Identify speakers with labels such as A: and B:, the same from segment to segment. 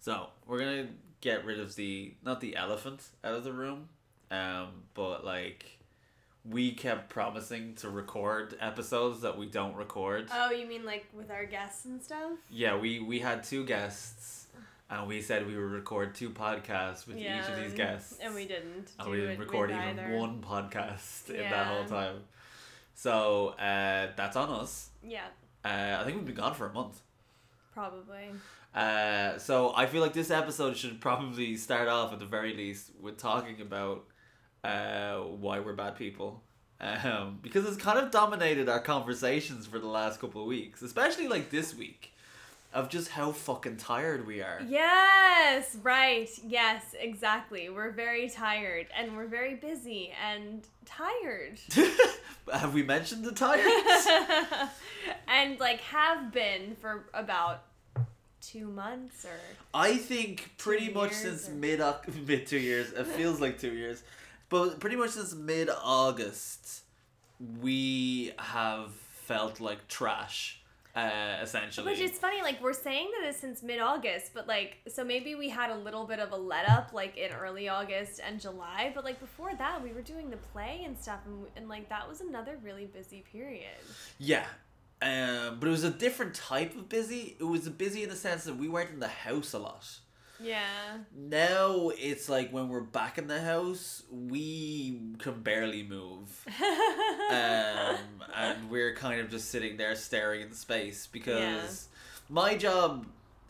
A: So we're gonna get rid of the not the elephant out of the room, um, but like we kept promising to record episodes that we don't record.
B: Oh, you mean like with our guests and stuff?
A: yeah, we we had two guests, and we said we would record two podcasts with each of these guests,
B: And we didn't.
A: and
B: do
A: we didn't
B: it
A: record
B: with
A: even
B: either.
A: one podcast in that whole
B: Yeah.
A: time. So uh, that's on us.
B: Yeah,
A: Uh, I think we've been gone for a month.
B: probably.
A: Uh, so I feel like this episode should probably start off at the very least with talking about uh, why we're bad people. Um, because it's kind of dominated our conversations for the last couple of weeks, especially like this week, of just how fucking tired we are.
B: Yes, right. Yes, exactly. We're very tired and we're very busy and tired.
A: Have we mentioned the tiredness?
B: and like have been for about two months or
A: I think pretty
B: Two
A: much
B: years
A: since
B: or-
A: mid mid two years, it feels like two years, but pretty much since mid August, we have felt like trash, uh, essentially.
B: which is funny like we're saying that it's since mid-august but like so maybe we had a little bit of a let up like in early august and july but like before that we were doing the play and stuff and, and like that was another really busy period
A: yeah. Um, but it was a different type of busy. It was busy in the sense that we weren't in the house a lot.
B: yeah
A: Now it's like when we're back in the house, we can barely move. um, and we're kind of just sitting there staring in space because my job,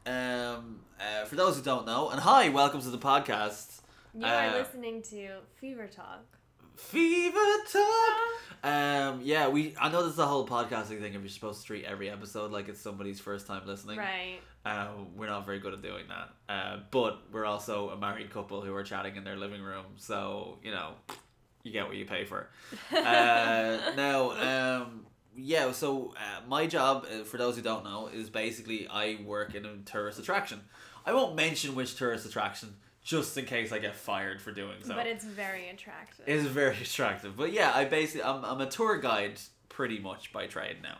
A: um, uh, for those who don't know, and hi, welcome to the podcast,
B: you are
A: uh,
B: listening to fever talk
A: Fever Talk. Um, yeah, we. I know this is a whole podcasting thing, and we're supposed to treat every episode like it's somebody's first time listening.
B: right
A: Uh, we're not very good at doing that. Uh, but we're also a married couple who are chatting in their living room, so you know, you get what you pay for uh, now, um, yeah, so uh, my job, uh, for those who don't know, is basically I work in a tourist attraction. I won't mention which tourist attraction just in case I get fired for doing so.
B: but it's very attractive
A: It's very attractive. But yeah, I basically I'm, I'm a tour guide pretty much by trade now.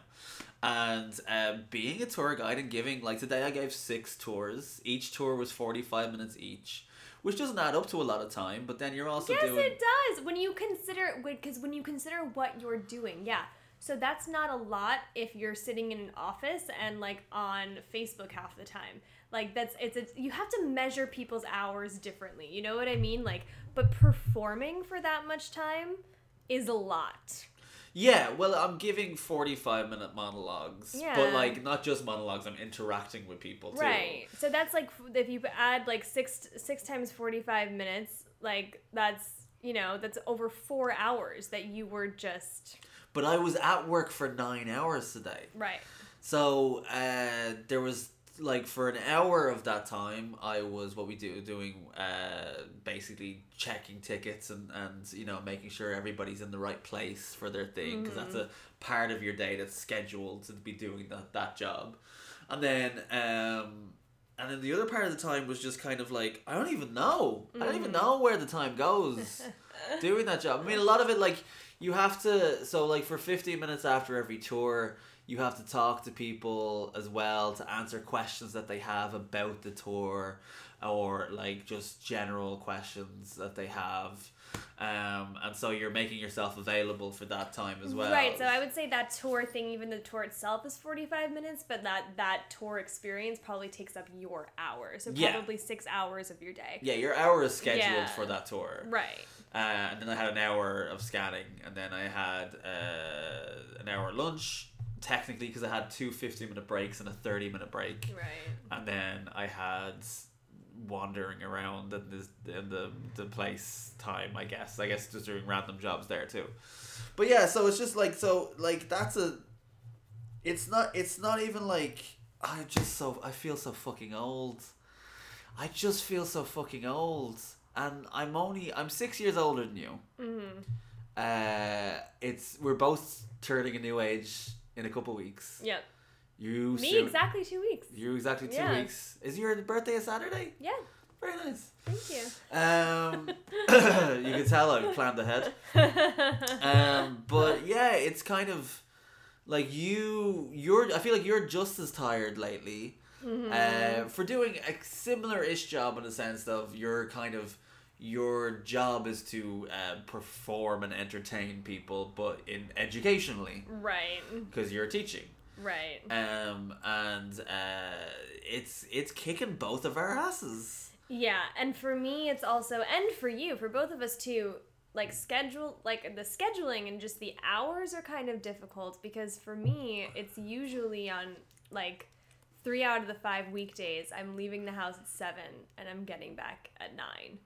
A: And uh, being a tour guide and giving like today I gave six tours. Each tour was 45 minutes each, which doesn't add up to a lot of time, but then you're also
B: yes
A: doing
B: it does when you consider because when you consider what you're doing yeah so that's not a lot if you're sitting in an office and like on facebook half the time like that's it's, it's you have to measure people's hours differently you know what i mean like but performing for that much time is a lot
A: Yeah, well, I'm giving 45 minute monologues.
B: Yeah.
A: But, like, not just monologues, I'm interacting with people too.
B: right so that's like f- if you add like six six times 45 minutes like that's you know that's over four hours that you were just
A: But I was at work for nine hours today.
B: right
A: So, uh, there was, like, for an hour of that time, I was what we do, doing, uh, basically checking tickets and, and, you know, making sure everybody's in the right place for their thing, because that's a part of your day that's scheduled to be doing that, that job. And then, um, and then the other part of the time was just kind of like I don't even know. I don't even know where the time goes doing that job. I mean, a lot of it like you have to. So like for fifteen minutes after every tour, you have to talk to people as well to answer questions that they have about the tour, or like just general questions that they have. Um, and so you're making yourself available for that time as well.
B: Right, so I would say that tour thing, even the tour itself is 45 minutes, but that that tour experience probably takes up your hour. So
A: Yeah.
B: probably 6 hours of your day.
A: yeah, your hour is scheduled
B: Yeah.
A: for that tour.
B: Right.
A: Uh, and then I had an hour of scanning, and then I had uh, an hour lunch, technically, because I had two 15 minute breaks and a 30 minute break.
B: Right.
A: And then I had wandering around in, this, in the, the place time, I guess. I guess just doing random jobs there too. But yeah, so it's just like, so, like, that's a. It's not, it's not even like. I just so, I feel so fucking old. I just feel so fucking old. And I'm only I'm six years older than you.
B: Mm-hmm.
A: Uh it's we're both turning a new age in a couple weeks.
B: Yep.
A: You
B: Me
A: soon-
B: exactly 2 weeks.
A: You exactly two
B: Yeah.
A: weeks. Is your birthday a Saturday?
B: Yeah,
A: Very nice.
B: thank you.
A: Um you can tell I've planned ahead. Um but yeah, it's kind of like you you're I feel like you're just as tired lately.
B: Mm-hmm.
A: uh, for doing a similar ish job in the sense of your kind of your job is to uh, perform and entertain people, but in educationally
B: Right.
A: because you're teaching.
B: Right.
A: Um, and uh, it's it's kicking both of our asses.
B: Yeah, and for me, it's also, and for you, for both of us too, like schedule, like the scheduling and just the hours are kind of difficult because for me, it's usually on like three out of the five weekdays, I'm leaving the house at seven and I'm getting back at nine.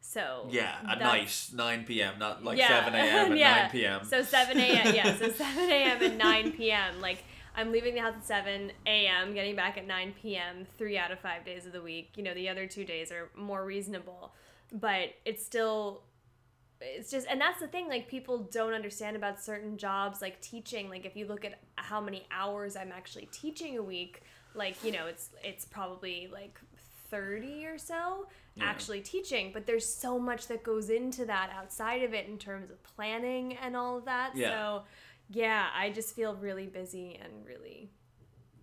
B: So,
A: Yeah, at
B: that's-
A: night, nine p.m., not like
B: Yeah,
A: seven a.m. and
B: yeah.
A: nine p.m.
B: So 7 a.m. Yeah, so 7 a.m. and 9 p.m. Like, I'm leaving the house at 7 a.m., getting back at 9 p.m., three out of five days of the week. You know, the other two days are more reasonable, but it's still. It's just, and that's the thing, like, people don't understand about certain jobs, like teaching. Like, if you look at how many hours I'm actually teaching a week, like, you know, it's, it's probably like 30 or so
A: Yeah.
B: actually teaching, but there's so much that goes into that outside of it in terms of planning and all of that.
A: Yeah.
B: So, yeah, I just feel really busy and really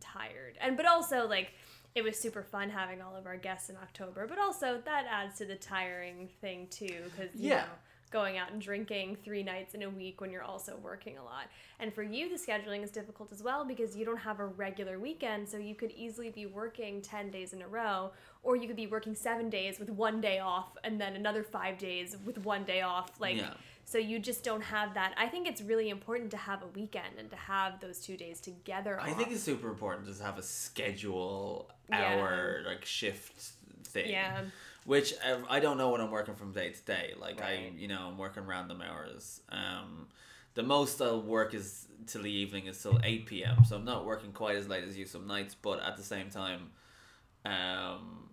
B: tired. And but also like it was super fun having all of our guests in October, but also that adds to the tiring thing too cuz you
A: Yeah.
B: know going out and drinking three nights in a week when you're also working a lot. And for you the scheduling is difficult as well because you don't have a regular weekend, so you could easily be working 10 days in a row or you could be working 7 days with one day off and then another 5 days with one day off like
A: Yeah.
B: so you just don't have that. I think it's really important to have a weekend and to have those two days together.
A: I
B: off.
A: think it's super important to just have a schedule,
B: Yeah.
A: hour, like shift thing.
B: yeah,
A: Which uh, I don't know when I'm working from day to day. Like
B: Right.
A: I, you know, I'm working random hours. Um, the most I'll work is till the evening is till eight p.m. So I'm not working quite as late as you some nights, but at the same time, um,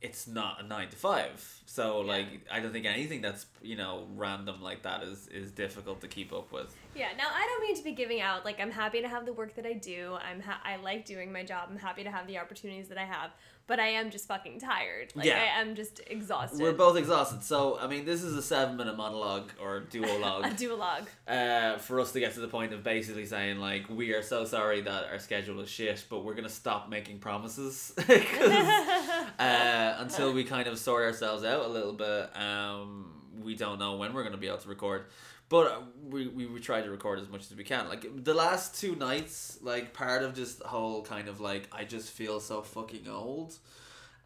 A: it's not a nine to five. So like I don't think anything that's you know random like that is is difficult to keep up with.
B: yeah. Now I don't mean to be giving out. Like I'm happy to have the work that I do. I'm ha- I like doing my job. I'm happy to have the opportunities that I have. But I am just fucking tired. Like
A: Yeah.
B: I am just exhausted.
A: We're both exhausted, so I mean, this is a seven-minute monologue or
B: a
A: duologue.
B: duologue.
A: uh, for us to get to the point of basically saying like we are so sorry that our schedule is shit, but we're gonna stop making promises 'Cause, uh, until we kind of sort ourselves out a little bit. Um, we don't know when we're gonna be able to record, but uh, we we, we try to record as much as we can. Like the last two nights, like part of this whole kind of like I just feel so fucking old.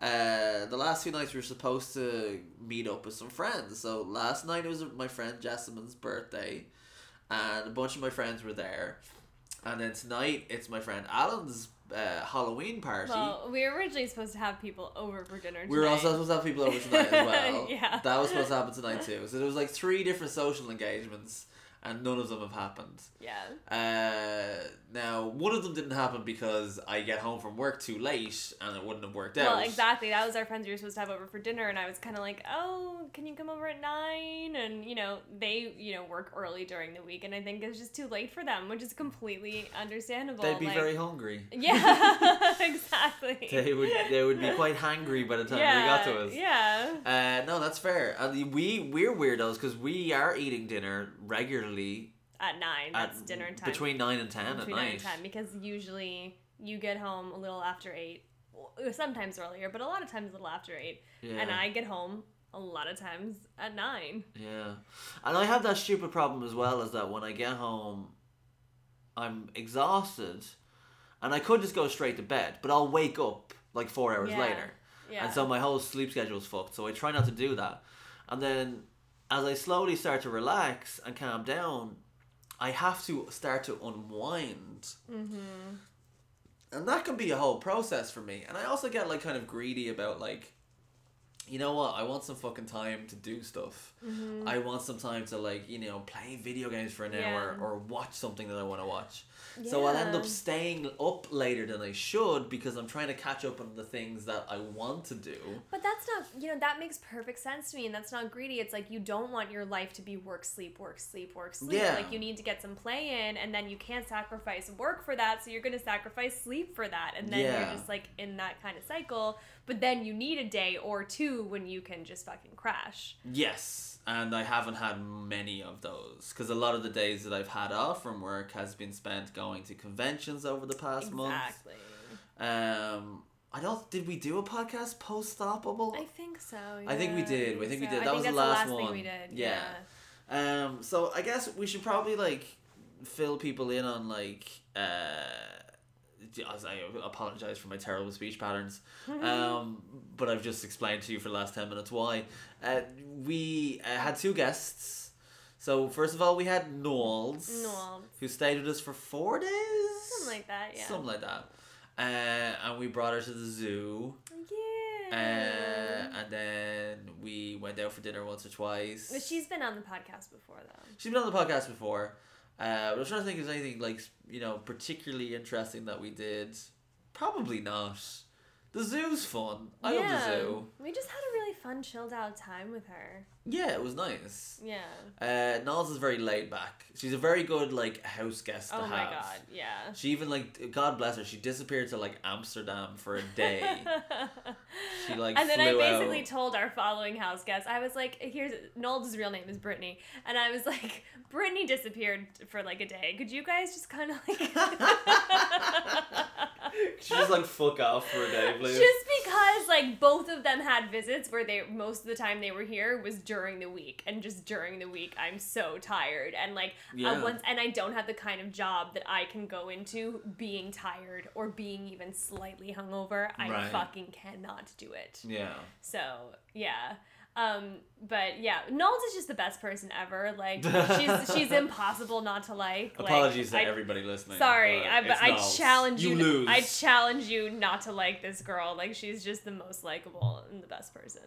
A: Uh, the last few nights we were supposed to meet up with some friends. So last night it was my friend Jessamine's birthday and a bunch of my friends were there. And then tonight it's my friend Alan's uh, Halloween party.
B: well, we were originally supposed to have people over for dinner.
A: we were also
B: tonight.
A: supposed to have people over tonight as well.
B: Yeah.
A: That was supposed to happen tonight too. So there was like three different social engagements, and none of them have happened.
B: yeah.
A: Uh, now one of them didn't happen because I get home from work too late, and it wouldn't have worked out.
B: Well, exactly. That was our friends we were supposed to have over for dinner, and I was kind of like, "Oh, can you come over at nine? And you know, they you know work early during the week, and I think it's just too late for them, which is completely understandable.
A: They'd be
B: like-
A: very hungry.
B: yeah, exactly.
A: They would. They would be quite hangry by the time
B: yeah,
A: they got to us.
B: Yeah,
A: Uh, no, that's fair. I mean, we we're weirdos because we are eating dinner regularly
B: at nine.
A: at
B: That's dinner time.
A: between nine and ten
B: Between
A: at
B: nine
A: night.
B: and ten, because usually you get home a little after eight, w- sometimes earlier, but a lot of times a little after eight,
A: Yeah,
B: and I get home a lot of times at nine.
A: yeah, and I have that stupid problem as well as that when I get home, I'm exhausted, and I could just go straight to bed, but I'll wake up like four hours
B: Yeah.
A: later,
B: Yeah.
A: and so my whole sleep schedule's fucked. So I try not to do that, and then as I slowly start to relax and calm down, I have to start to unwind.
B: mm-hmm.
A: and that can be a whole process for me. And I also get like kind of greedy about like, you know what? I want some fucking time to do stuff.
B: Mm-hmm.
A: I want some time to like you know play video games for an
B: Yeah.
A: hour or watch something that I want to watch. So I'll end
B: Yeah.
A: up staying up later than I should because I'm trying to catch up on the things that I want to do.
B: But that's not, you know, that makes perfect sense to me, and that's not greedy. It's like you don't want your life to be work, sleep, work, sleep, work, sleep.
A: Yeah.
B: Like you need to get some play in, and then you can't sacrifice work for that, so you're going to sacrifice sleep for that, and then
A: Yeah.
B: you're just like in that kind of cycle. But then you need a day or two when you can just fucking crash.
A: Yes, and I haven't had many of those because a lot of the days that I've had off from work has been spent going to conventions over the past month.
B: exactly.
A: Um, I don't. Did we do a podcast post stoppable?
B: I think so.
A: I think we
B: yeah,
A: did. I think we
B: so.
A: did. That was the
B: that's
A: last
B: thing
A: one.
B: we did.
A: Yeah. Um, so I guess we should probably like fill people in on like. Uh, as I apologize for my terrible speech patterns, um, but I've just explained to you for the last ten minutes why. Uh, we uh, had two guests. So first of all, we had Knowles,
B: Noel,
A: who stayed with us for four days,
B: something like that. Yeah.
A: something like that. Uh, and we brought her to the zoo, uh,
B: yeah.
A: and then we went out for dinner once or twice.
B: but she's been on the podcast before though.
A: She's been on the podcast before. Uh, but I was trying to think if there's anything like you know particularly interesting that we did. Probably not. The zoo's fun. I
B: yeah.
A: love the zoo.
B: We just had a really fun, chilled out time with her.
A: Yeah, it was nice.
B: Yeah.
A: Uh, Niles is very laid back. She's a very good like house guest to
B: Oh
A: have.
B: my god. Yeah.
A: She even like God bless her. She disappeared to like Amsterdam for a day. She, like,
B: and then I
A: flew
B: basically
A: out.
B: told our following house guests, I was like, here's Noel's real name is Brittany. And I was like, Brittany disappeared for like a day. Could you guys just kind of like.
A: she just like fuck off for a day, please.
B: Just because, like, both of them had visits where they most of the time they were here was during the week, and just during the week, I'm so tired, and like,
A: Yeah.
B: I once, and I don't have the kind of job that I can go into being tired or being even slightly hungover. I
A: Right.
B: fucking cannot do it.
A: yeah.
B: So yeah. Um, but yeah, Knowles is just the best person ever. Like she's she's impossible not to like. Like,
A: Apologies to
B: I-
A: everybody listening.
B: Sorry,
A: but
B: I, but
A: uh, it's
B: I
A: Niles.
B: challenge you.
A: You lose.
B: I challenge you not to like this girl. Like she's just the most likable and the best person.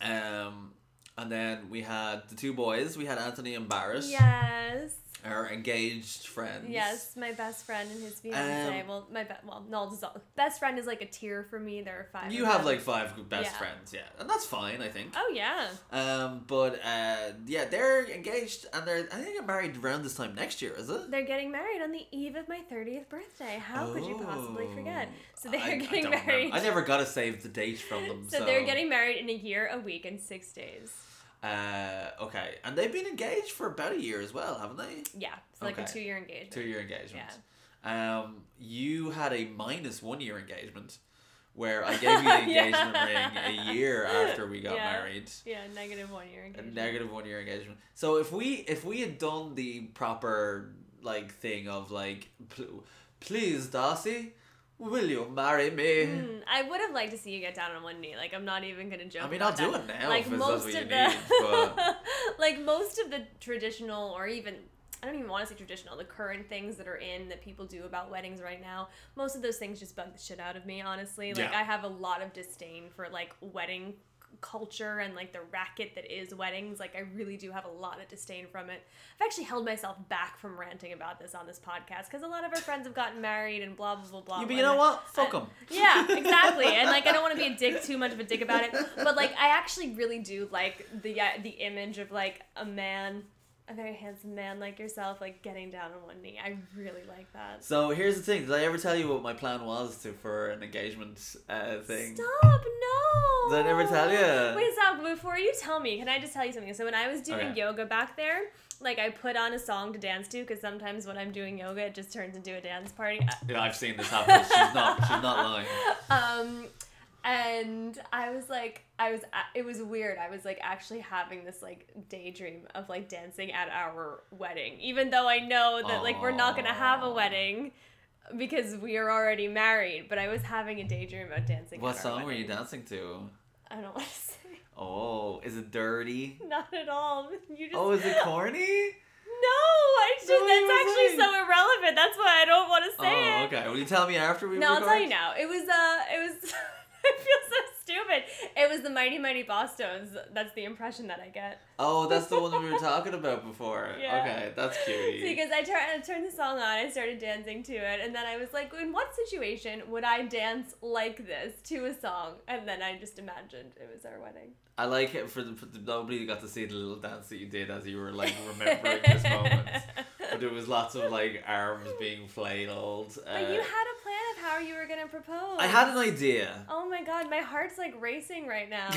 A: Um, and then we had the two boys. We had Anthony and Barrett,
B: Yes,
A: our engaged friends.
B: yes, my best friend and his fiance.
A: Um,
B: well, my be- well, Knowles is all- best friend is like a tier for me. There are five.
A: You
B: of
A: have
B: them.
A: like five good best
B: Yeah.
A: friends, yeah, and that's fine, I think.
B: Oh yeah.
A: Um, but uh, yeah, they're engaged and they're I think they're married around this time next year, is it?
B: They're getting married on the eve of my 30th birthday. How could you possibly forget? So
A: Oh,
B: they're
A: I- I
B: getting
A: don't remember.
B: married.
A: I never got to save the date from them.
B: So, they're getting married in a year, a week, and six days.
A: Uh, okay, and they've been engaged for about a year as well, haven't they?
B: Yeah, it's like
A: Okay.
B: a two-year engagement.
A: Two year engagement. Um, you had a minus one year engagement, where I gave you the engagement
B: Yeah.
A: ring a year after we got
B: Yeah.
A: married.
B: Yeah, negative one-year
A: A
B: engagement.
A: negative one year engagement. So if we if we had done the proper like thing of like, pl- please Darcy, will you marry me?
B: Mm, I would have liked to see you get down on one knee. Like I'm not even gonna joke.
A: I mean, I'll
B: about
A: do
B: that.
A: it now
B: Like
A: if it's that's
B: most
A: what you
B: of
A: need. But
B: the, like most of the traditional or even. I don't even want to say traditional, the current things that are in that people do about weddings right now, most of those things just bug the shit out of me, honestly. Like,
A: Yeah.
B: I have a lot of disdain for, like, wedding c- culture and, like, the racket that is weddings. Like, I really do have a lot of disdain from it. I've actually held myself back from ranting about this on this podcast because a lot of our friends have gotten married oh, and blah, blah, blah, blah.
A: you, but
B: blah.
A: you know what? Fuck them.
B: Yeah, exactly. And like, I don't want to be a dick too much of a dick about it, but like, I actually really do like the uh, the image of like a man, a very handsome man like yourself, like getting down on one knee. I really like that.
A: So here's the thing. Did I ever tell you what my plan was to for an engagement uh, thing?
B: Stop! No.
A: Did I never tell ya?
B: Wait, stop. Before you tell me, can I just tell you something? So when I was doing
A: Okay.
B: yoga back there. Like I put on a song to dance to because sometimes when I'm doing yoga, it just turns into a dance party.
A: Yeah, I've seen this happen. She's not. She's not lying.
B: um and i was like i was it was weird i was like actually having this like daydream of like dancing at our wedding even though i know that like we're not gonna have a
A: Aw.
B: wedding because we are already married but i was having a daydream about dancing
A: What
B: at our
A: song were
B: wedding.
A: you dancing to?
B: i don't want to say
A: Oh, is it dirty?
B: not at all you just
A: Oh, is it corny?
B: no i just
A: No, you
B: that's actually
A: were
B: so irrelevant that's why i don't want to say it
A: Oh, okay. Will you tell me after we
B: No, I'll
A: record?
B: tell you now. It was uh it was I feel so stupid. It was the Mighty Mighty Boston's. That's the impression that I get.
A: Oh, that's the one that we were talking about before.
B: Yeah.
A: Okay, that's cute.
B: Because I, tur- I turned the song on, I started dancing to it, and then I was like, in what situation would I dance like this to a song? And then I just imagined it was our wedding.
A: I like it for the, for the nobody got to see the little dance that you did as you were like remembering this moment. But There was lots of like arms being flailed. Uh,
B: But you had a plan of how you were gonna propose.
A: I had an idea.
B: Oh my god, my heart's like racing right now.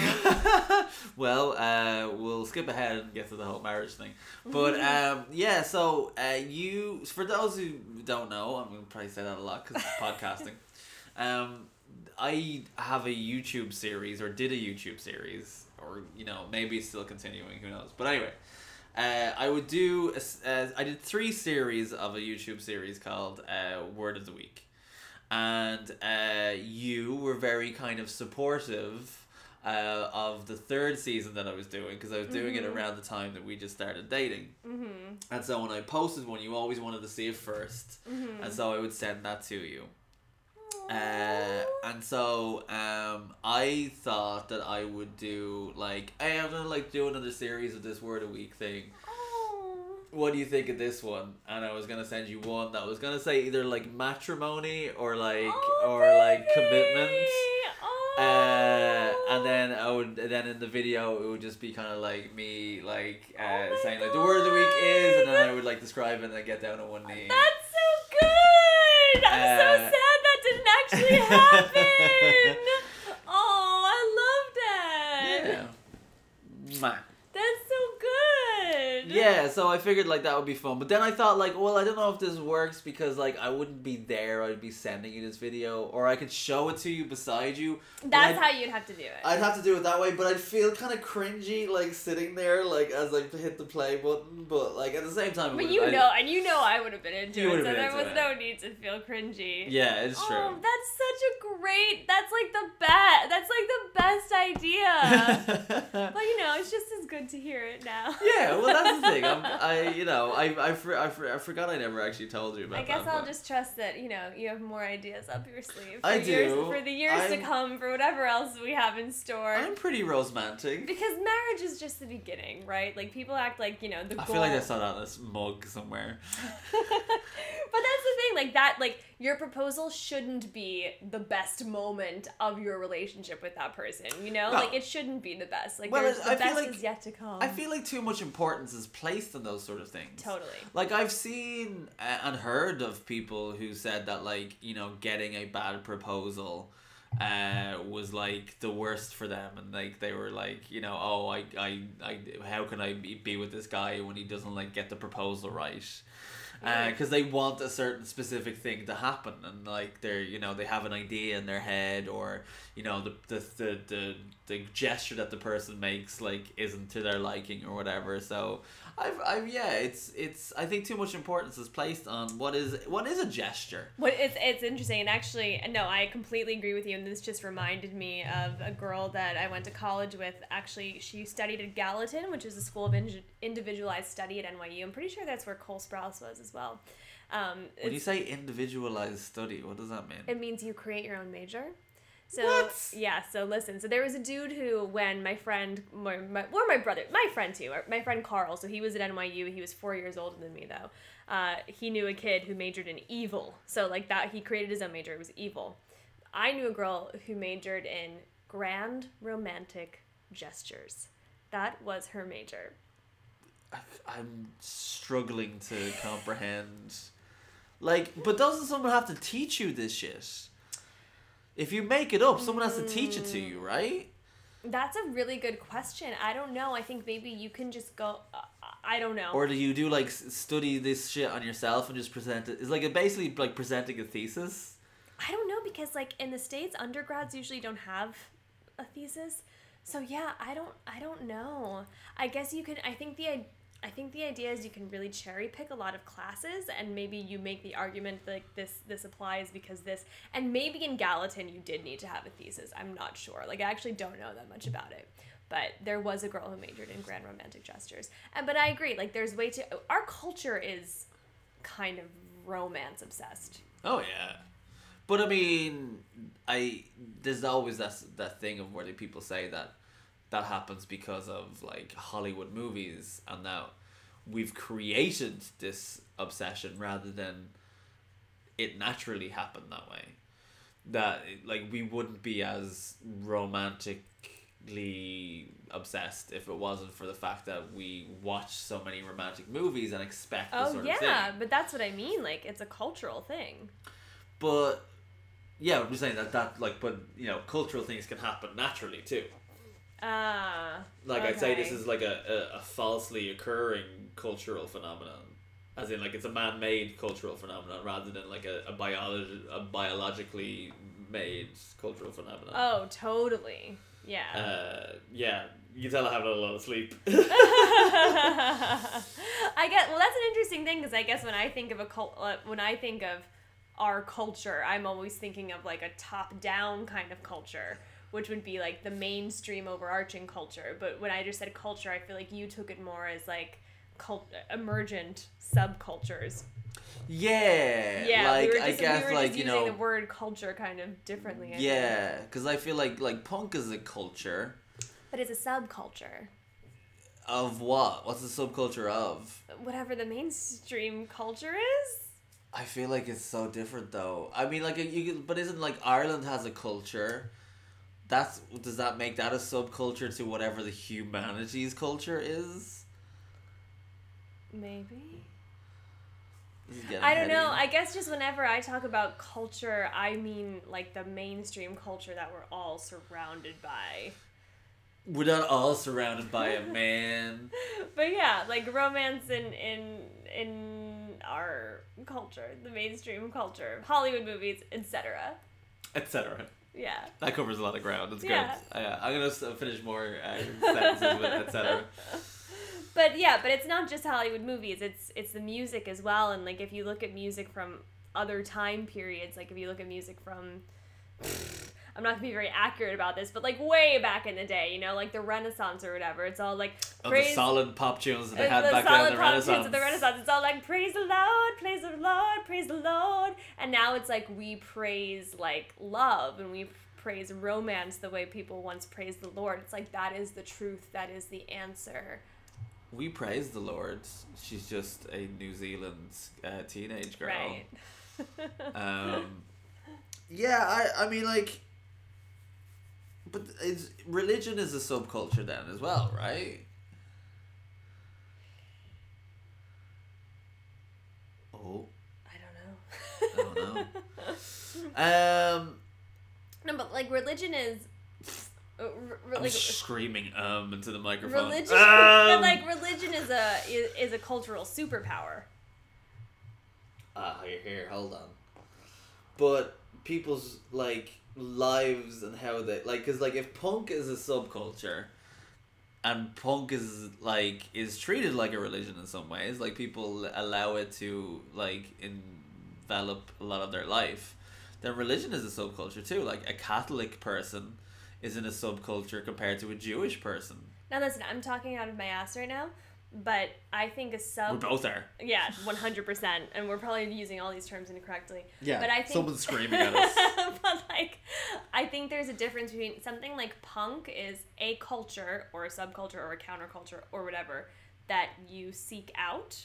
A: well, uh, we'll skip ahead and get to the whole marriage thing. But um, yeah, so uh, you, for those who don't know, I'm going to probably say that a lot because it's podcasting. Um, I have a YouTube series, or did a YouTube series, or, you know, maybe it's still continuing, who knows. But anyway. Uh, I would do. a s- uh, I did three series of a YouTube series called uh, Word of the Week, and uh, you were very kind of supportive uh, of the third season that I was doing because I was doing it
B: Mhm.
A: around the time that we just started dating.
B: mm-hmm.
A: And so when I posted one, you always wanted to see it 1st
B: Mm-hmm.
A: and so I would send that to you. Uh, and so um, I thought that I would do like hey, I'm gonna like do another series of this word a week thing
B: Oh.
A: what do you think of this one? And I was gonna send you one that was gonna say either like matrimony or like
B: Oh,
A: or like commitment. Uh,
B: Oh.
A: and then I would then in the video it would just be kind of like me like uh,
B: Oh my
A: saying like the word of the week is, and then I would like describe it and I get down on one knee.
B: That's so good! I'm so
A: Uh,
B: sad that didn't actually happen! oh, I love that!
A: yeah. Mwah.
B: That's so good!
A: Yeah, so I figured like that would be fun, but then I thought like, well, I don't know if this works because like I wouldn't be there. I'd be sending you this video, or I could show it to you beside you. but
B: That's
A: I'd
B: how you'd have to do it.
A: I'd have to do it that way, but I'd feel kind of cringy, like sitting there, like as I hit the play button. But like at the same time, it
B: But
A: would've-
B: you
A: I-
B: know, and you know I would have been into
A: You
B: it, so
A: would've been
B: there
A: into
B: was
A: it.
B: no need to feel cringy.
A: yeah, it's true.
B: Oh, that's such a great. That's like the best. That's like the best idea. but you know, it's just as good to hear it now.
A: yeah, well, that's the thing. I'm, I, you know, I, I, for, I, for, I forgot I never actually told you about.
B: I guess
A: that,
B: I'll
A: but-
B: just trust that you know you have more ideas up your sleeve. For
A: I
B: years,
A: do.
B: for the years to
A: I'm-
B: come, for whatever else we have in store.
A: I'm pretty romantic.
B: because marriage is just the beginning, right? Like people act like you know the
A: I
B: goal.
A: feel like I saw that on this mug somewhere.
B: but that's the thing like that like your proposal shouldn't be the best moment of your relationship with that person you know
A: No.
B: like it shouldn't be the best like
A: Well,
B: there's
A: I
B: the
A: feel
B: best
A: like-
B: is yet to come
A: I feel like too much importance is placed on those sort of things.
B: Um, totally
A: Like I've seen uh, and heard of people who said that like you know getting a bad proposal uh was like the worst for them and like they were like you know oh I I, I how can I be be with this guy when he doesn't like get the proposal right
B: Yeah.
A: because they want a certain specific thing to happen and like they're you know they have an idea in their head or you know the the, the, the, the gesture that the person makes like isn't to their liking or whatever so I've, I've yeah it's it's I think too much importance is placed on what is what is a gesture
B: What it's it's interesting, and actually, no, I completely agree with you. And this just reminded me of a girl that I went to college with. Actually, she studied at Gallatin, which is a school of Indi- individualized study at NYU. I'm pretty sure that's where Cole Sprouse was as well. Um,
A: when you
B: it's-
A: say individualized study what does that mean
B: It means you create your own major. So
A: What?
B: yeah, so listen. So there was a dude who, when my friend, my, my, or my brother, my friend too, or my friend Carl. So he was at NYU. He was four years older than me though. Uh, he knew a kid who majored in evil. So like that, he created his own major. It was evil. I knew a girl who majored in grand romantic gestures. That was her major.
A: I, I'm struggling to comprehend like but doesn't someone have to teach you this shit if you make it up someone has to teach it to you right
B: That's a really good question. I don't know. I think maybe you can just go. Uh, I don't know.
A: or do you do like s- study this shit on yourself and just present it it's like it basically like presenting a thesis
B: I don't know because like in the states, undergrads usually don't have a thesis. So yeah, I don't I don't know. I guess you can. I think the i- I think the idea is you can really cherry pick a lot of classes and maybe you make the argument that like, this this applies because this and maybe in Gallatin you did need to have a thesis. I'm not sure. Like I actually don't know that much about it. But there was a girl who majored in grand romantic gestures. And but I agree, like there's way to our culture is kind of romance obsessed.
A: Oh yeah, but I mean, I there's always that that thing of where the people say that that happens because of like Hollywood movies, and now we've created this obsession rather than it naturally happened that way. That like we wouldn't be as romantic romantically obsessed if it wasn't for the fact that we watch so many romantic movies and expect this
B: Oh
A: sort of
B: yeah,
A: thing.
B: but that's what I mean. Like it's a cultural thing.
A: But yeah, I'm just saying that that like, but you know, cultural things can happen naturally too.
B: Ah.
A: Like I'd say, this
B: Okay.
A: is like a, a, a falsely occurring cultural phenomenon, as in like it's a man-made cultural phenomenon rather than like a, a biology a biologically made cultural phenomenon.
B: oh, totally. Yeah.
A: Uh, yeah, you can tell I haven't had a lot of sleep.
B: I get well. That's an interesting thing because I guess when I think of a cult, uh, when I think of our culture, I'm always thinking of like a top-down kind of culture, which would be like the mainstream overarching culture. But when I just said culture, I feel like you took it more as like cult emergent subcultures.
A: yeah,
B: Yeah,
A: like
B: we were just,
A: I guess
B: we were
A: like
B: just
A: you
B: using
A: know,
B: the word culture kind of differently. I think.
A: yeah, because I feel like like punk is a culture
B: but it's a subculture.
A: of what? What's the subculture of?
B: Whatever the mainstream culture is.
A: I feel like it's so different though. I mean, like you, can- but isn't like Ireland has a culture? That's does that make that a subculture to whatever the humanities culture is?
B: Maybe.
A: This is getting
B: I don't know.
A: heady.
B: I guess just whenever I talk about culture, I mean like the mainstream culture that we're all surrounded by.
A: We're not all surrounded by a man.
B: But yeah, like romance in in in our culture, the mainstream culture, Hollywood movies, etc.
A: Etc.
B: Yeah.
A: That covers a lot of ground. It's
B: Yeah.
A: good. Uh, yeah, I'm gonna s- finish more uh, sentences with etc.
B: But yeah, but it's not just Hollywood movies. It's it's the music as well. And like if you look at music from other time periods, like if you look at music from, I'm not gonna be very accurate about this, but like way back in the day, you know, like the Renaissance or whatever. It's all like
A: Of the solid pop tunes that they
B: it's
A: had
B: the
A: back then
B: solid
A: in the
B: pop tunes
A: Renaissance.
B: of the Renaissance. It's all like praise the Lord, praise the Lord, praise the Lord. And now it's like we praise like love and we praise romance the way people once praised the Lord. It's like that is the truth. That is the answer.
A: We praise the Lord. She's just a New Zealand uh, teenage girl.
B: Right.
A: um, yeah, I, I mean, like, but it's religion is a subculture then as well, right? Oh,
B: I
A: I don't know. um,
B: no, but like religion is. uh, re- re-
A: I'm
B: like,
A: screaming um into the microphone.
B: religion, but
A: Um!
B: like religion is a is, is a cultural superpower.
A: Ah, you're here. Hold on. But people's like lives and how they like, cause like if punk is a subculture, and punk is like is treated like a religion in some ways, like people allow it to like envelop a lot of their life, then religion is a subculture too. Like a Catholic person is in a subculture compared to a Jewish person.
B: Now listen, I'm talking out of my ass right now, but I think a sub.
A: We both are.
B: Yeah, one hundred percent, and we're probably using all these terms incorrectly.
A: Yeah,
B: but I think
A: someone's screaming at us.
B: but like, I think there's a difference between something like punk is a culture or a subculture or a counterculture or whatever that you seek out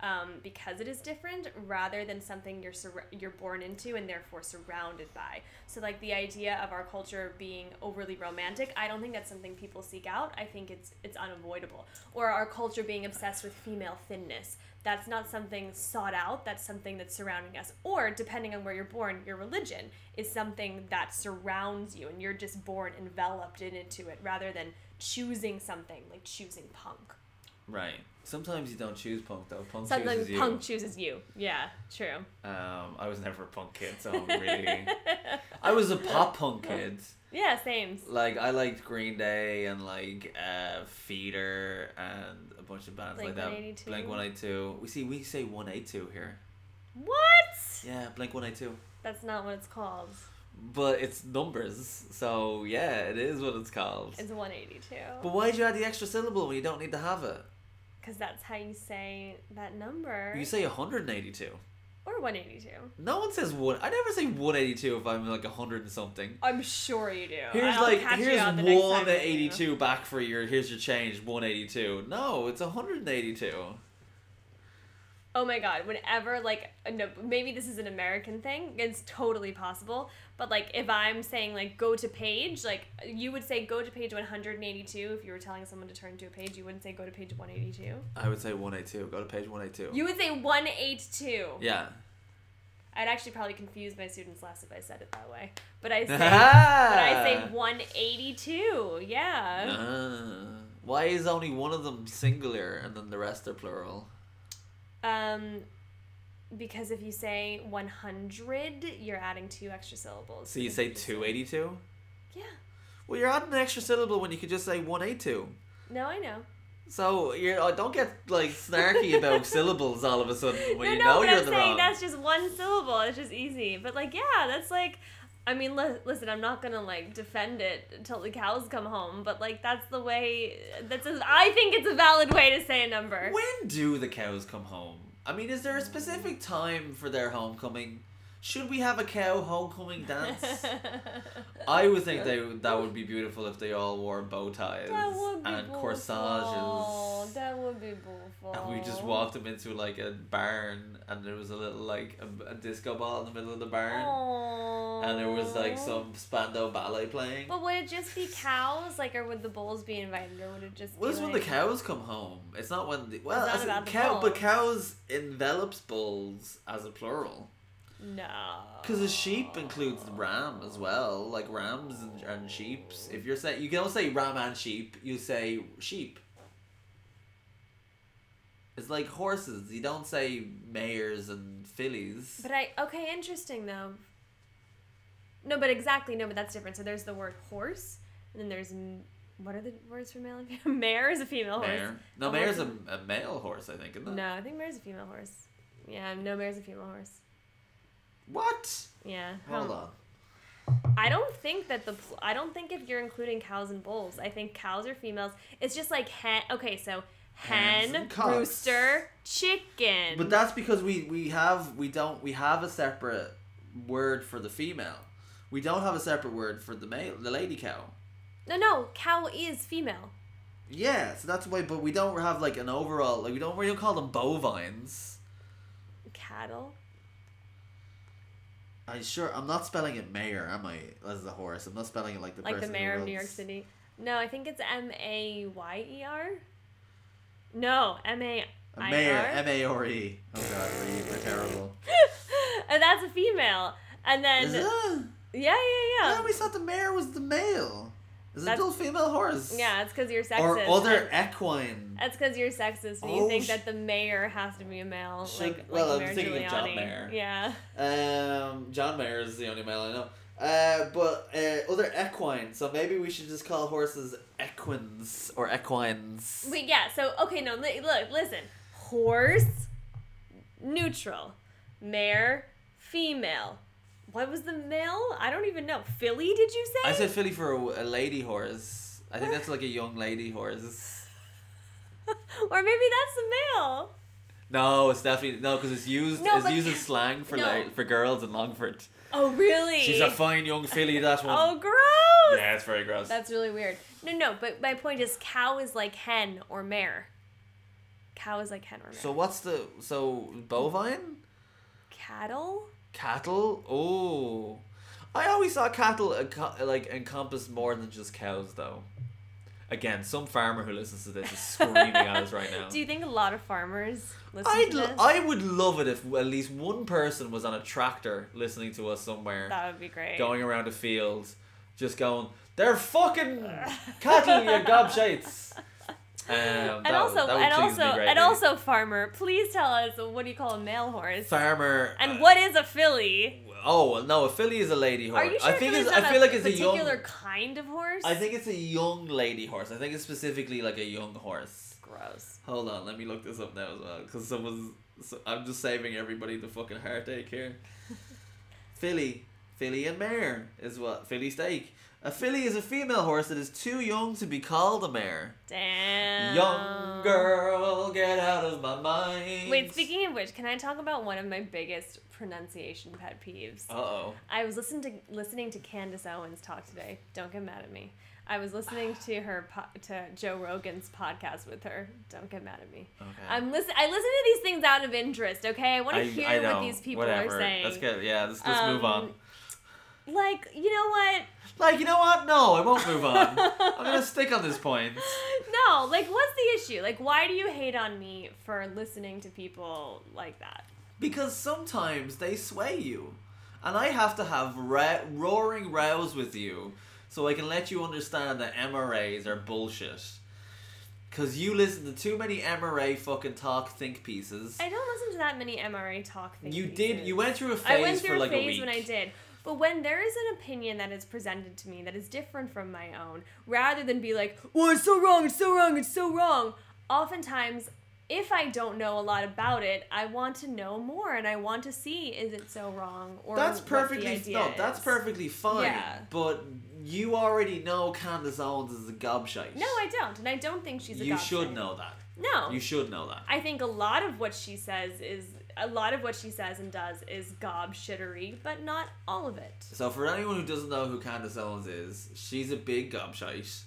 B: um, because it is different, rather than something you're sur- you're born into and therefore surrounded by. So like the idea of our culture being overly romantic, I don't think that's something people seek out. I think it's it's unavoidable. Or our culture being obsessed with female thinness, that's not something sought out. That's something that's surrounding us. Or depending on where you're born, your religion is something that surrounds you, and you're just born enveloped in, into it, rather than choosing something like choosing punk.
A: Right. Sometimes you don't choose punk though. Punk
B: Sometimes
A: chooses you.
B: punk chooses you. Yeah, true.
A: Um, I was never a punk kid, so I'm really. I was a pop punk kid.
B: Yeah, same.
A: Like I liked Green Day and like uh, Feeder and a bunch of bands like that.
B: 182.
A: Blink One Eight Two. We see we say One Eight Two here.
B: What?
A: Yeah, Blink One Eight Two.
B: That's not what it's called.
A: But it's numbers, so yeah, it is what it's called.
B: It's 182.
A: but why do you add the extra syllable when you don't need to have it?
B: Because that's how you say that number.
A: You say 182.
B: or 182.
A: No one says one. I never say 182 if I'm like 100 and something.
B: I'm sure you do.
A: Here's
B: I'll
A: like
B: catch you
A: here's
B: out the next time
A: one
B: you do.
A: eighty two back for your here's your change one eighty two. No, it's hundred and eighty two.
B: Oh my god, whenever like no, maybe this is an American thing, it's totally possible. But like if I'm saying like go to page, like you would say go to page 182 if you were telling someone to turn to a page, you wouldn't say go to page 182.
A: I would say 182. Go to page 182.
B: You would say 182.
A: yeah.
B: I'd actually probably confuse my students last if I said it that way. But I say but I say 182. Yeah.
A: Ah. why is only one of them singular and then the rest are plural?
B: Um because if you say 100, you're adding two extra syllables.
A: So you say 282?
B: Yeah.
A: Well, you're adding an extra syllable when you could just say 182.
B: No, I know.
A: So you're oh, don't get like snarky about syllables all of a sudden when
B: no,
A: you
B: no,
A: know
B: but
A: you're
B: I'm
A: the
B: saying
A: wrong.
B: that's just one syllable. It's just easy. But like, yeah, that's like, I mean, li- listen, I'm not gonna like defend it until the cows come home. But like, that's the way. That's a, I think it's a valid way to say a number.
A: When do the cows come home? I mean, is there a
B: Mm.
A: specific time for their homecoming? Should we have a cow homecoming dance? I would think they that would be beautiful if they all wore bow ties
B: That would be
A: and
B: beautiful.
A: corsages.
B: That would be beautiful.
A: And we just walked them into like a barn, and there was a little like a, a disco ball in the middle of the barn,
B: Aww.
A: and there was like some spando ballet playing.
B: But would it just be cows, like, or would the bulls be invited, or would it just?
A: Well,
B: be
A: it's when
B: like...
A: the cows come home. It's not when the well,
B: not
A: as a
B: about the
A: cow, but
B: bulls.
A: cows envelops bulls as a plural
B: No.
A: because a sheep includes the ram as well, like rams and, and sheeps. If you're saying you don't say ram and sheep, you say sheep. It's like horses. You don't say mares and fillies.
B: But I okay, interesting though. No, but exactly no, but that's different. So there's the word horse, and then there's m- what are the words for male and female? Mare is a female horse.
A: Mare. No,
B: A
A: mare's a,
B: horse
A: a male horse, I think. Isn't it?
B: No, I think mare is a female horse. Yeah, no, mare is a female horse.
A: What?
B: Yeah. I
A: Hold
B: don't-
A: on.
B: I don't think that the pl- I don't think if you're including cows and bulls, I think cows are females. It's just like hen. Okay, so
A: Hens
B: hen,
A: and cocks.
B: rooster, chicken.
A: But that's because we we have we don't we have a separate word for the female. We don't have a separate word for the male, the lady cow.
B: no, no, cow is female.
A: Yeah, so that's why. But we don't have like an overall like we don't we don't call them bovines.
B: Cattle.
A: I sure I'm not spelling it mayor, am I? As the horse, I'm not spelling it like the
B: like the
A: person who
B: mayor of New York
A: runs.
B: City. No, I think it's M A Y E R. No, M A
A: A
B: I
A: mayor,
B: R.
A: M A O R E. Oh god, we're, we're terrible.
B: And that's a female. And then
A: Is it?
B: yeah,
A: I
B: yeah, yeah.
A: always thought the mayor was the male. Is it
B: That's-
A: still female horse?
B: Yeah, it's because you're sexist.
A: Or other
B: And
A: equine.
B: That's because you're sexist and you
A: Oh,
B: think
A: sh-
B: that the mayor has to be a male,
A: Should-
B: like, like
A: well, I'm
B: Mayor
A: thinking
B: Giuliani.
A: of John Mayer.
B: Yeah.
A: Um, John Mayer is the only male I know. Uh, but uh, other equine. So maybe we should just call horses equines or equines.
B: Wait, yeah. So okay, no, li- look, listen. Horse, neutral. Mare, female. What was the male? I don't even know. Philly? Did you say?
A: I said filly for a, a lady horse. I think that's like a young lady horse.
B: or maybe that's the male.
A: No, it's definitely no because it's used.
B: No,
A: it's
B: but-
A: used as slang for
B: No.
A: la- for girls in Longford.
B: Oh, really?
A: She's a fine young filly. That one.
B: oh, gross.
A: yeah, it's very gross.
B: That's really weird. No, no, but my point is cow is like hen or mare. Cow is like hen or mare.
A: So what's the so bovine?
B: Cattle?
A: Cattle? Oh. I always thought cattle enco- like encompassed more than just cows though. Again, some farmer who listens to this is screaming at us right now.
B: Do you think a lot of farmers listen
A: I'd
B: to
A: l-
B: this?
A: I would love it if at least one person was on a tractor listening to us somewhere
B: that would be great.
A: going around a field just going they're fucking cattle you gobshites. Um,
B: and also,
A: that would
B: and
A: please me
B: also, and
A: greatly.
B: also, farmer, please tell us what do you call a male horse,
A: farmer
B: and
A: uh,
B: what is a filly?
A: Oh well, no, a filly is a lady horse.
B: Are you sure
A: I think
B: filly's
A: it's, I
B: not
A: feel
B: a
A: like it's a young.
B: particular kind of horse?
A: I think it's a young lady horse. I think it's specifically like a young horse.
B: gross.
A: Hold on, let me look this up now as well, because someone's. So I'm just saving everybody the fucking heartache here. Philly, Philly and mare is what Philly steak. A filly is a female horse that is too young to be called a mare.
B: Damn.
A: Young girl, get out of my mind.
B: Oh. Wait, speaking of which, can I talk about one of my biggest pronunciation pet peeves?
A: Uh oh.
B: I was listening to listening to Candace Owens talk today. Don't get mad at me. I was listening to her po- to Joe Rogan's podcast with her. Don't get mad at me.
A: Okay.
B: I'm listen. I listen to these things out of interest. Okay, I want to hear what
A: know,
B: these people
A: whatever.
B: are saying.
A: Let's get yeah. Let's, let's move
B: Um,
A: on.
B: Like, you know what?
A: Like, you know what? No, I won't move on. I'm gonna stick on this point.
B: No, like, what's the issue? Like, why do you hate on me for listening to people like that?
A: Because sometimes they sway you. And I have to have ra- roaring rows with you so I can let you understand that MRAs are bullshit. Because you listen to too many MRA fucking talk think pieces.
B: I don't listen to that many MRA talk things.
A: you did, you went through a phase
B: I went through
A: for like
B: a phase
A: a week.
B: when I did. But when there is an opinion that is presented to me that is different from my own, rather than be like, "Oh, it's so wrong, it's so wrong, it's so wrong," oftentimes, if I don't know a lot about it, I want to know more and I want to see is it so wrong or
A: That's
B: what the
A: perfectly
B: idea
A: no. That's
B: is.
A: perfectly fine.
B: Yeah.
A: But you already know Candace Owens is a gobshite.
B: No, I don't, and I don't think she's a.
A: You should
B: gobshite. Oh.
A: know that.
B: No,
A: You should know that.
B: I think a lot of what she says is a lot of what she says and does is gobshittery, but not all of it.
A: So for anyone who doesn't know who Candace Owens is, she's a big gobshite,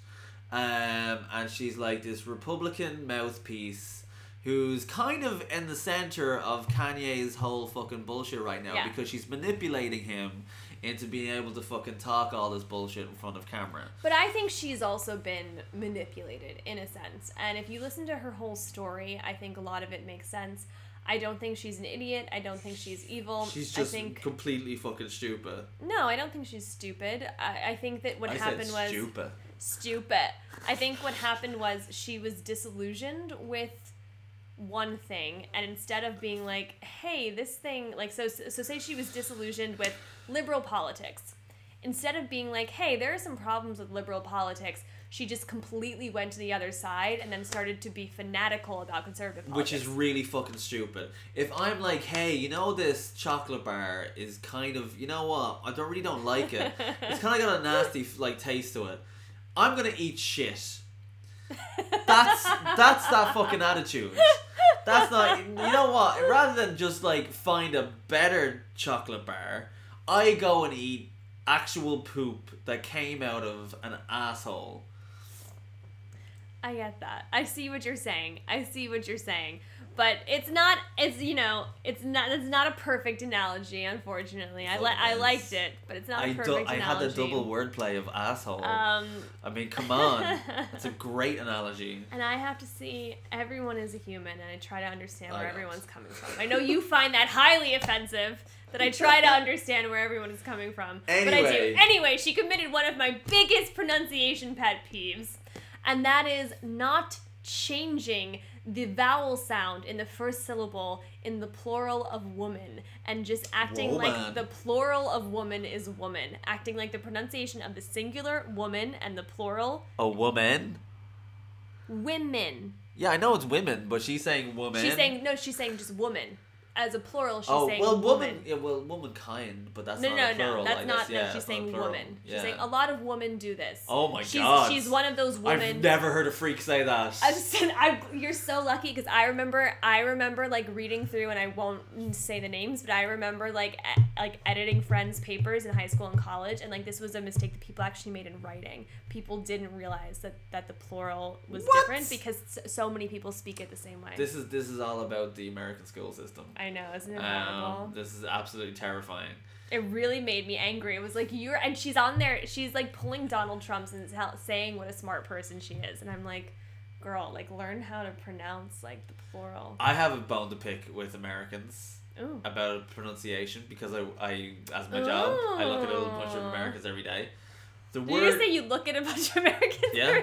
A: um, and she's like this Republican mouthpiece who's kind of in the center of Kanye's whole fucking bullshit right now
B: Yeah.
A: because she's manipulating him into being able to fucking talk all this bullshit in front of camera.
B: But I think she's also been manipulated in a sense. And if you listen to her whole story, I think a lot of it makes sense. I don't think she's an idiot. I don't think she's evil.
A: She's just
B: Um, I think
A: completely fucking stupid.
B: no, I don't think she's stupid. I, I think that what
A: I
B: happened
A: said
B: was
A: stupid.
B: stupid. I think what happened was she was disillusioned with one thing and instead of being like, "Hey, this thing like so so say she was disillusioned with liberal politics." Instead of being like, "Hey, there are some problems with liberal politics," she just completely went to the other side and then started to be fanatical about conservative politics.
A: Which is really fucking stupid. If I'm like, hey, you know, this chocolate bar is kind of, you know what? I don't really don't like it. it's kind of got a nasty like taste to it. I'm gonna eat shit. That's that's that fucking attitude. That's not. You know what? Rather than just like find a better chocolate bar, I go and eat actual poop that came out of an asshole.
B: I get that. I see what you're saying. I see what you're saying. But it's not it's you know, it's not it's not a perfect analogy, unfortunately. I
A: Oh,
B: li- I
A: yes.
B: liked it, but it's not a
A: I,
B: perfect
A: do, I
B: analogy.
A: had the double wordplay of asshole.
B: um
A: I mean, come on. That's a great analogy.
B: and I have to see everyone is a human and I try to understand
A: I
B: where
A: know.
B: everyone's coming from. I know you find that highly offensive that I try to understand where everyone is coming from. But I do.
A: Anyway.
B: Anyway, she committed one of my biggest pronunciation pet peeves, and that is not changing the vowel sound in the first syllable in the plural of woman and just acting like
A: Woman.
B: the plural of woman is woman, acting like the pronunciation of the singular woman and the plural
A: A woman?
B: women.
A: Yeah, I know it's women, but she's saying woman.
B: She's saying no. She's saying just woman as a plural. She's
A: oh
B: saying
A: well,
B: woman.
A: woman. Yeah, well, womankind, but that's
B: No,
A: not
B: no,
A: a plural.
B: no.
A: I
B: That's
A: guess.
B: not.
A: Yeah,
B: no, she's
A: not
B: saying
A: plural.
B: woman.
A: Yeah.
B: She's saying a lot of women do this.
A: Oh my
B: she's,
A: God.
B: She's one of those women.
A: I've never heard a freak say that.
B: I'm so, I, you're so lucky because I remember I remember like reading through and I won't say the names but I remember like e- like editing friends papers in high school and college and like this was a mistake that people actually made in writing people didn't realize that that the plural was
A: What?
B: different because s- so many people speak it the same way
A: This is this is all about the American school system.
B: I know isn't it horrible
A: Um, this is absolutely terrifying.
B: it really made me angry it was like you're and she's on there she's like pulling Donald Trump's and tell- saying what a smart person she is and I'm like girl like learn how to pronounce like the plural
A: I have a bone to pick with Americans
B: Ooh.
A: about pronunciation because I, I as my job, I look at a bunch of
B: Ooh.
A: Americans every day. The
B: Did you
A: word
B: just say you look at a bunch of Americans?
A: Yeah.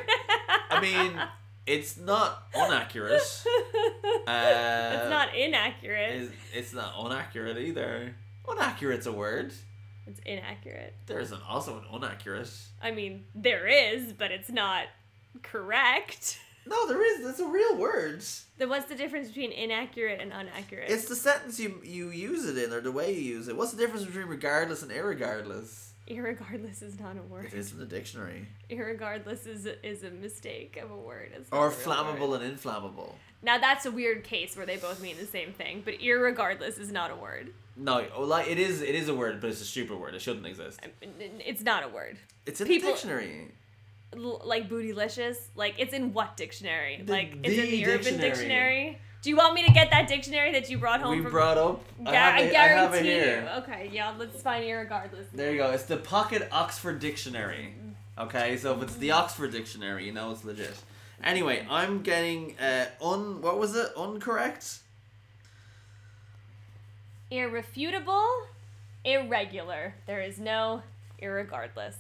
A: I mean, it's not inaccurate. Uh,
B: it's not inaccurate.
A: It's, it's not inaccurate either. Inaccurate's a word.
B: it's inaccurate.
A: There is an, also an inaccurate.
B: I mean, there is, but it's not correct.
A: No, there is. That's a real word.
B: Then what's the difference between inaccurate and unaccurate?
A: It's the sentence you you use it in or the way you use it. What's the difference between regardless and irregardless?
B: Irregardless is not a
A: It
B: word.
A: is in the dictionary.
B: Irregardless is is a mistake of a word. It's not a
A: Or
B: real
A: flammable
B: word.
A: and inflammable.
B: Now that's a weird case where they both mean the same thing, but irregardless is not a word.
A: No, oh, like it is. It is a word, but it's a stupid word. It shouldn't exist.
B: I- It's not a word.
A: It's in
B: people-
A: the dictionary.
B: L- like bootylicious, like it's in what dictionary?
A: The-
B: like it's in
A: the
B: the Urban
A: dictionary.
B: Dictionary. Do you want me to get that dictionary that you brought home?
A: we
B: from-
A: brought up. I,
B: Gar-
A: have
B: I,
A: it, I have
B: guarantee
A: it here.
B: you. Okay, yeah, let's find it regardless.
A: There you go. It's the Pocket Oxford Dictionary. Okay, so if it's the Oxford Dictionary, you know it's legit. Anyway, I'm getting uh un what was it? Uncorrect?
B: Irrefutable, irregular. There is no irregardless.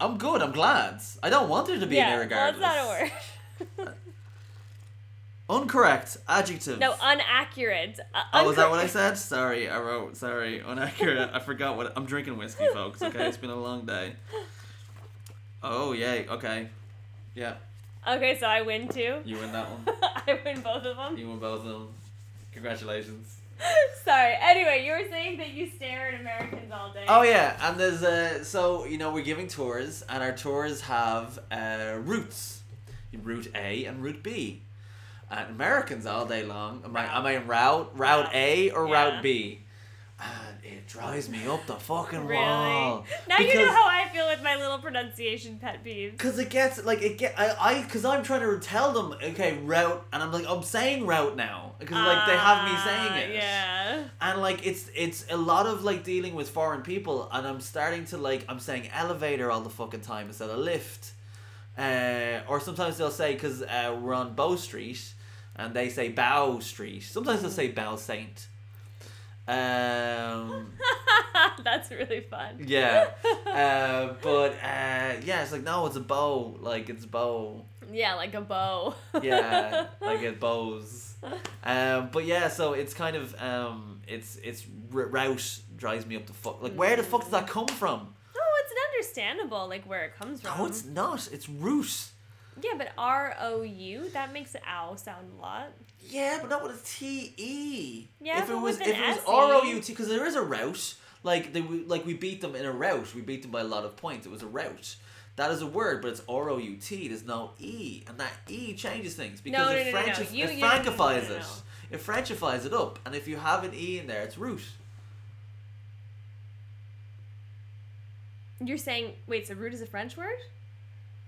A: I'm good, I'm glad. I don't want there to be
B: yeah,
A: an irregardless.
B: Well, it's not a word.
A: Uncorrect adjective.
B: no, unaccurate. Uh,
A: Oh, was that what I
B: uncorrect-
A: said? Sorry, I wrote. Sorry, inaccurate. I forgot what I'm drinking whiskey, folks. Okay, it's been a long day. Oh yay. Okay, yeah,
B: Okay, so I win too.
A: you win that one.
B: I win both of them.
A: You win both of them. Congratulations.
B: Sorry. Anyway, you were saying that you stare at Americans all day.
A: Oh yeah, and there's uh so you know we're giving tours and our tours have uh routes, route A and route B, and Americans all day long. Am I am I in route route A or
B: Yeah.
A: route B? And it drives me up the fucking
B: Really?
A: wall.
B: Now you know
A: Because-
B: how I feel with my little pronunciation pet peeves.
A: Cause it gets like it get I I cause I'm trying to tell them okay route and I'm like I'm saying route now because like they have me
B: Ah,
A: saying it
B: Yeah.
A: and like it's it's a lot of like dealing with foreign people and i'm starting to like i'm saying elevator all the fucking time instead of lift uh, or sometimes they'll say because uh, we're on bow street and they say bow street sometimes they'll say bow saint um
B: That's really fun.
A: yeah uh, but uh, yeah it's like no it's a bow like it's bow
B: Yeah, like a bow.
A: yeah like it bows um but yeah so it's kind of um it's it's r- route drives me up the fuck like where the fuck does that come from
B: oh, it's an understandable, like where it comes from.
A: no Oh, it's not it's root
B: Yeah, but R O U that makes ow sound a lot.
A: yeah but not with a E. t-e
B: Yeah,
A: if it
B: but
A: was
B: with
A: if
B: an
A: it was
B: SE.
A: r-o-u-t because there is a route like they w- like we beat them in a route we beat them by a lot of points it was a route that is a word, but it's R O U T. There's no E, and that E changes things because
B: No, no,
A: it,
B: no, no, no.
A: Frenchif-
B: You-
A: it
B: you- no, no, no, no,
A: francifies
B: no,
A: it.
B: no.
A: It Frenchifies it up, and if you have an E in there, it's root.
B: You're saying wait, so root is a French word?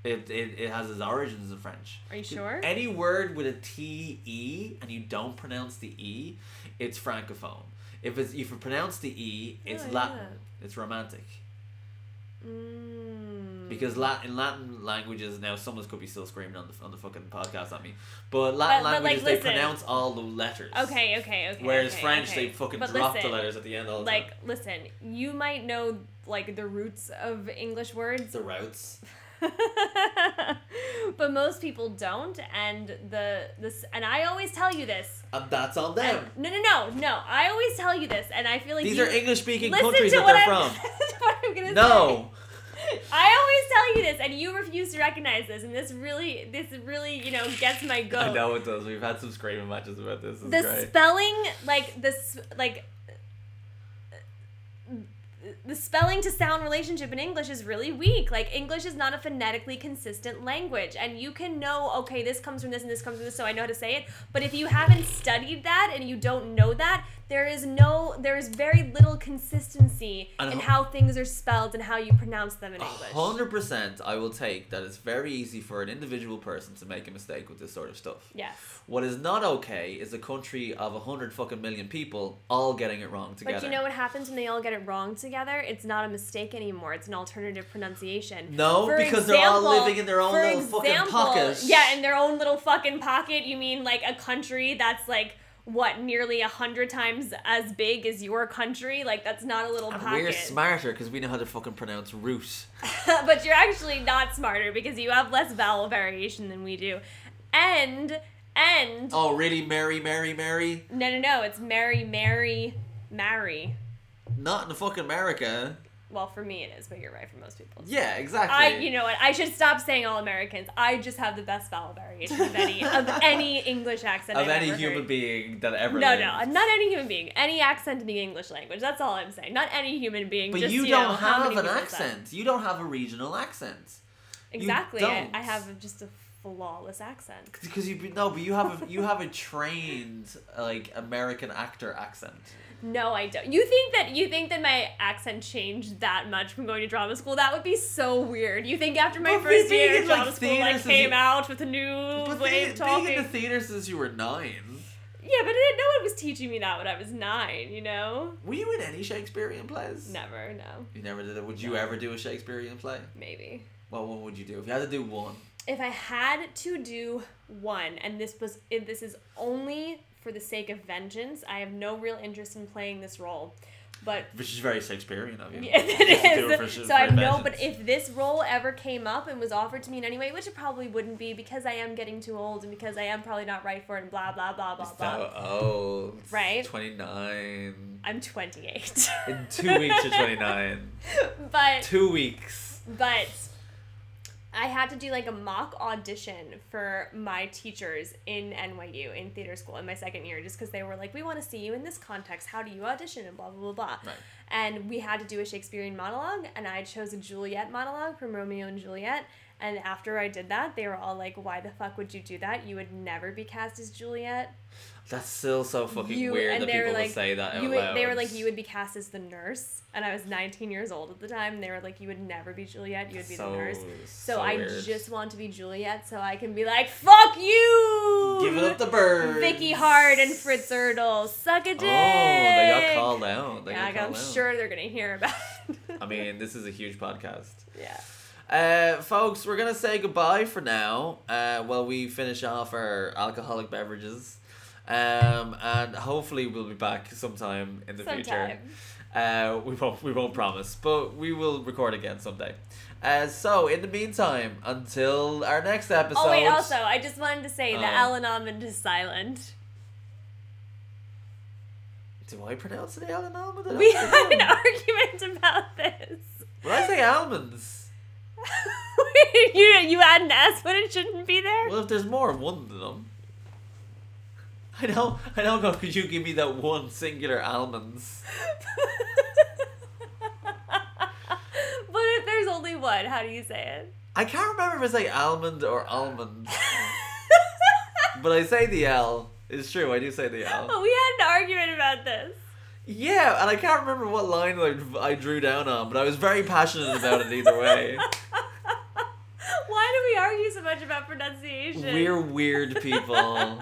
A: It, it, it has its origins in French.
B: Are you sure?
A: Any word with a T E and you don't pronounce the E, it's francophone. If it's if you pronounce the E, it's
B: Oh,
A: Latin.
B: yeah.
A: It's romantic.
B: Mm.
A: Because Latin Latin languages now someone could be still screaming on the on the fucking podcast at me. But
B: But-
A: Latin
B: but, like,
A: languages they
B: listen.
A: pronounce all the letters.
B: Okay, okay, okay.
A: Whereas
B: okay,
A: French
B: okay.
A: they fucking
B: But
A: drop
B: listen,
A: the letters at the end all the
B: Like,
A: time.
B: listen, you might know like the roots of English words,
A: The routes.
B: but most people don't. And the this and I always tell you this.
A: And that's on
B: And-
A: them.
B: no, no, no, no. I always tell you this, and I feel like
A: These
B: you,
A: are English speaking
B: listen
A: countries
B: to
A: that
B: what
A: they're
B: I'm,
A: from.
B: to what I'm gonna say.
A: No.
B: I always tell you this, and you refuse to recognize this, and this really, this really, you know, gets my goat.
A: I know it does. We've had some screaming matches about this. It's
B: the
A: great.
B: spelling like this like the spelling to sound relationship in English is really weak. Like English is not a phonetically consistent language and you can know okay this comes from this and this comes from this so I know how to say it, but if you haven't studied that and you don't know that, there is no there is very little consistency
A: And
B: in
A: ho-
B: how things are spelled and how you pronounce them in
A: A
B: English.
A: hundred percent, I will take that it's very easy for an individual person to make a mistake with this sort of stuff.
B: Yes.
A: What is not okay is a country of a hundred fucking million people all getting it wrong together.
B: But you know what happens when they all get it wrong together? It's not a mistake anymore. It's an alternative pronunciation.
A: No,
B: For
A: Oh, because they're all
B: example-
A: living in their own
B: for
A: little fucking pockets.
B: Yeah, in their own little fucking pocket. You mean like a country that's like what nearly a hundred times as big as your country? Like that's not a little
A: And
B: pocket.
A: we're smarter because we know how to fucking pronounce root.
B: but you're actually not smarter because you have less vowel variation than we do, and and
A: Oh, really, Mary, Mary, Mary?
B: no no no, it's Mary Mary Mary.
A: Not in fucking America.
B: Well, for me it is, but you're right for most people.
A: Yeah, exactly.
B: I, you know what? I should stop saying all Americans. I just have the best vowel variation of any of any English accent.
A: of
B: I've
A: any
B: ever
A: human
B: heard.
A: being that ever.
B: No,
A: lived.
B: no, not any human being. Any accent in the English language. That's all I'm saying. Not any human being.
A: But
B: just,
A: you,
B: you know,
A: don't
B: how
A: have
B: many
A: an
B: people it's at.
A: accent. You don't have a regional accent. You
B: Exactly. I,
A: don't.
B: I have just a flawless accent.
A: Because you no, but you have a you have a trained like American actor accent.
B: No, I don't. You think that you think that my accent changed that much from going to drama school? That would be so weird. You think after my
A: But
B: first
A: being
B: year
A: in,
B: of drama
A: like,
B: school,
A: theater
B: I
A: since
B: came
A: you-
B: out with a new
A: But being,
B: way of
A: being in
B: talking?
A: the theater since you were nine,
B: Yeah, but it, no one was teaching me that when I was nine, you know?
A: Were you in any Shakespearean plays?
B: Never, no.
A: You never did it. Would you ever do a Shakespearean play?
B: Maybe.
A: Well, what would you do if you had to do one?
B: If I had to do one, and this was if this is only for the sake of vengeance, I have no real interest in playing this role. But
A: Which is very Shakespearean of you.
B: Yeah,
A: Just to do
B: it
A: for
B: is.
A: sh-
B: so
A: for
B: I know, but
A: vengeance.
B: if this role ever came up and was offered to me in any way, which it probably wouldn't be because I am getting too old and because I am probably not right for it and blah, blah, blah, blah,
A: It's
B: blah.
A: so old.
B: Right?
A: 29.
B: I'm 28.
A: In two weeks, you're 29.
B: but,
A: Two weeks.
B: but I had to do like a mock audition for my teachers in NYU in theater school in my second year just because they were like, we want to see you in this context. How do you audition? And blah, blah, blah, blah.
A: Right.
B: and we had to do a Shakespearean monologue, and I chose a Juliet monologue from Romeo and Juliet. And after I did that, they were all like, "Why the fuck would you do that? You would never be cast as Juliet."
A: That's still so fucking
B: You-
A: weird
B: and
A: that
B: they were
A: people
B: like,
A: would say Uh, that out
B: You would,
A: loud.
B: they were like, "You would be cast as the nurse," and I was 19 years old at the time. And they were like, "You would never be Juliet. You would be
A: So-
B: the nurse." So,
A: so
B: I
A: weird.
B: just want to be Juliet, so I can be like, "Fuck you,
A: Give it up the birds.
B: Vicky Hard and Fritz Ertl. Suck a dick."
A: Oh, they got called out. They
B: Yeah,
A: got
B: I'm
A: called out.
B: sure they're gonna hear about. it.
A: I mean, this is a huge podcast.
B: yeah.
A: Uh, folks, we're gonna say goodbye for now. Uh, while we finish off our alcoholic beverages, um, and hopefully we'll be back sometime in the future.
B: Sometime.
A: Uh, we won't we won't promise, but we will record again someday. Uh, so in the meantime, until our next episode.
B: Oh wait, also, I just wanted to say that
A: Oh.
B: Alan Almond is silent.
A: do I pronounce it Alan Almond? I
B: We
A: don't
B: had an
A: know.
B: argument about this.
A: When I say almonds,
B: you you had an S when it shouldn't be there.
A: well, if there's more of one than them. I know, I know. God, could you give me that one singular almonds?
B: but if there's only one, how do you say it?
A: I can't remember if it's like almond or almond, but I say the L. It's true, I do say the L.
B: But we had an argument about this.
A: Yeah, and I can't remember what line I, I drew down on, but I was very passionate about it either way.
B: Why do we argue so much about pronunciation?
A: We're weird people.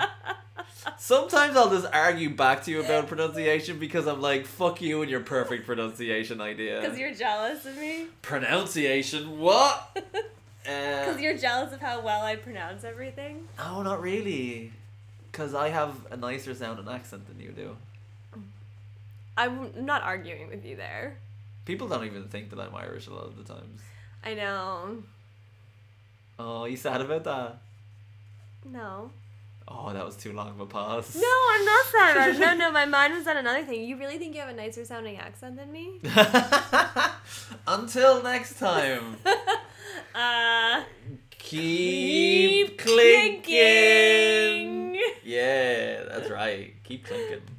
A: Sometimes I'll just argue back to you about pronunciation because I'm like, fuck you and your perfect pronunciation
B: Because
A: idea.
B: you're jealous of me.
A: Pronunciation? What? Uh,
B: Because you're jealous of how well I pronounce everything.
A: no, not really. Because I have a nicer sound and accent than you do.
B: I'm not arguing with you there.
A: People don't even think that I'm Irish a lot of the times.
B: I know.
A: Oh, you sad about that?
B: No.
A: Oh, that was too long of a pause.
B: No, I'm not sad about it. No, no, my mind was on another thing. You really think you have a nicer sounding accent than me?
A: Until next time,
B: Uh,
A: keep,
B: keep
A: clinking.
B: clinking.
A: Yeah, that's right. Keep clinking.